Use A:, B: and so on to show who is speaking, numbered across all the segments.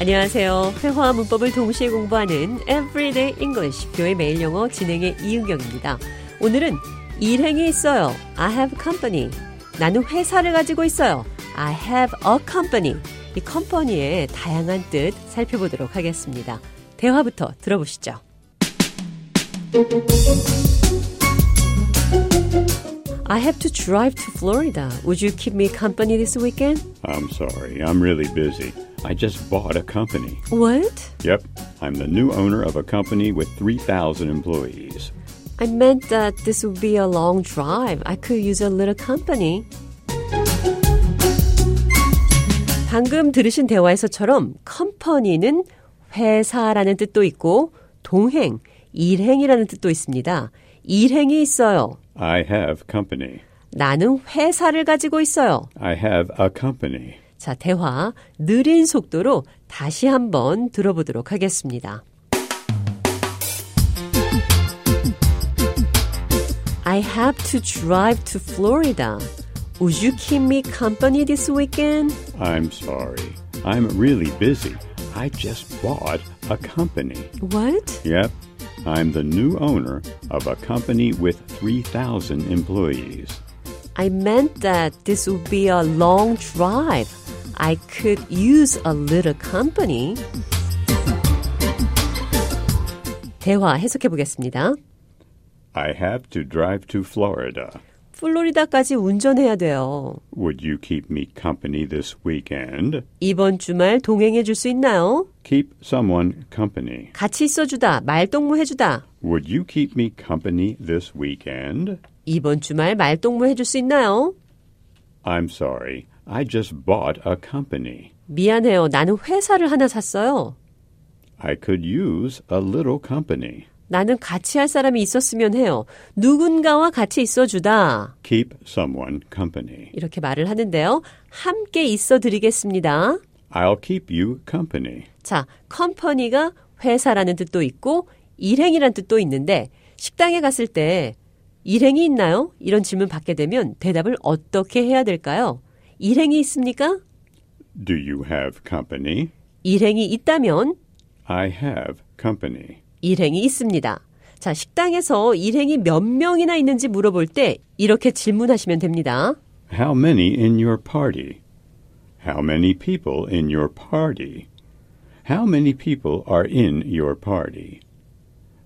A: 안녕하세요. 회화와 문법을 동시에 공부하는 Everyday English 교의 매일 영어 진행의 이은경입니다. 오늘은 일행이 있어요. I have company. 나는 회사를 가지고 있어요. I have a company. 이 컴퍼니의 다양한 뜻 살펴보도록 하겠습니다. 대화부터 들어보시죠. I have to drive to Florida. Would you keep me company this weekend?
B: I'm sorry, I'm really busy. I just bought a company.
A: What?
B: Yep, I'm the new owner of a company with 3,000 employees.
A: I meant that this would be a long drive. I could use a little company. 방금 들으신 대화에서처럼 컴퍼니는 회사라는 뜻도 있고 동행, 일행이라는 뜻도 있습니다. 일행이 있어요.
B: I have company.
A: 나는 회사를 가지고 있어요.
B: I have a company.
A: 자, 대화 느린 속도로 다시 한번 들어보도록 하겠습니다. I have to drive to Florida. Would you keep me company this weekend?
B: I'm sorry, I'm really busy. I just bought a company.
A: What?
B: Yep, I'm the new owner of a company with 3,000 employees.
A: I meant that this would be a long drive. I could use a little company. 대화 해석해 보겠습니다.
B: I have to drive to Florida.
A: 플로리다까지 운전해야 돼요.
B: Would you keep me company this weekend?
A: 이번 주말 동행해 줄 수 있나요?
B: Keep someone company.
A: 같이 있어 주다. 말동무 해 주다.
B: Would you keep me company this weekend?
A: 이번 주말 말동무 해 줄 수 있나요?
B: I'm sorry, I just bought a company.
A: 미안해요. 나는 회사를 하나 샀어요.
B: I could use a little company.
A: 나는 같이 할 사람이 있었으면 해요. 누군가와 같이 있어 주다.
B: Keep someone company.
A: 이렇게 말을 하는데요. 함께 있어 드리겠습니다.
B: I'll keep you company.
A: 자, 컴퍼니가 회사라는 뜻도 있고 일행이란 뜻도 있는데 식당에 갔을 때 일행이 있나요? 이런 질문 받게 되면 대답을 어떻게 해야 될까요? 일행이 있습니까?
B: Do you have company?
A: 일행이 있다면
B: I have company.
A: 일행이 있습니다. 자, 식당에서 일행이 몇 명이나 있는지 물어볼 때 이렇게 질문하시면 됩니다.
B: How many in your party? How many people in your party? How many people are in your party?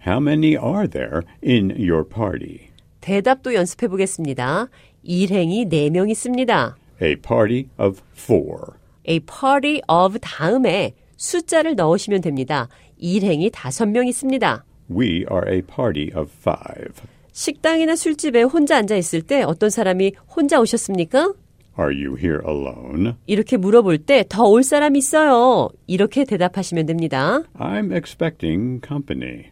B: How many are there in your party?
A: 대답도 연습해 보겠습니다. 일행이 4명 있습니다.
B: A party of four.
A: a party of 다음에 숫자를 넣으시면 됩니다. 일행이 5명 있습니다.
B: We are a party of five.
A: 식당이나 술집에 혼자 앉아 있을 때 어떤 사람이 혼자 오셨습니까?
B: Are you here alone?
A: 이렇게 물어볼 때 더 올 사람 있어요. 이렇게 대답하시면 됩니다.
B: I'm expecting company.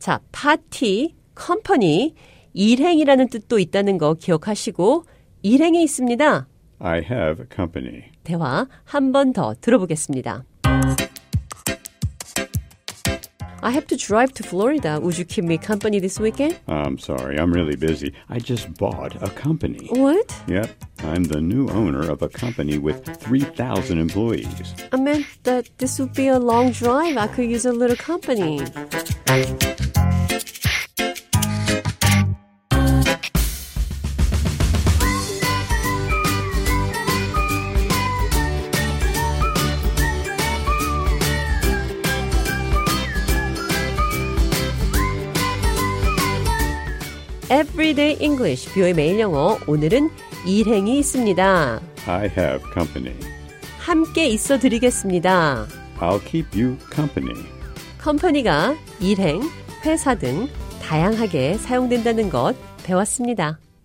A: 자, 파티, 컴퍼니, 일행이라는 뜻도 있다는 거 기억하시고 일행이 있습니다.
B: I have company.
A: 대화 한 번 더 들어보겠습니다. I have to drive to Florida. Would you keep me company this weekend?
B: I'm sorry, I'm really busy. I just bought a company.
A: What?
B: Yep, I'm the new owner of a company with 3,000 employees.
A: I meant that this would be a long drive. I could use a little company. Everyday English, 뷰의 매일 영어. 오늘은 일행이 있습니다.
B: I have company.
A: 함께 있어 드리겠습니다.
B: I'll keep you company.
A: 컴퍼니가 일행, 회사 등 다양하게 사용된다는 것 배웠습니다.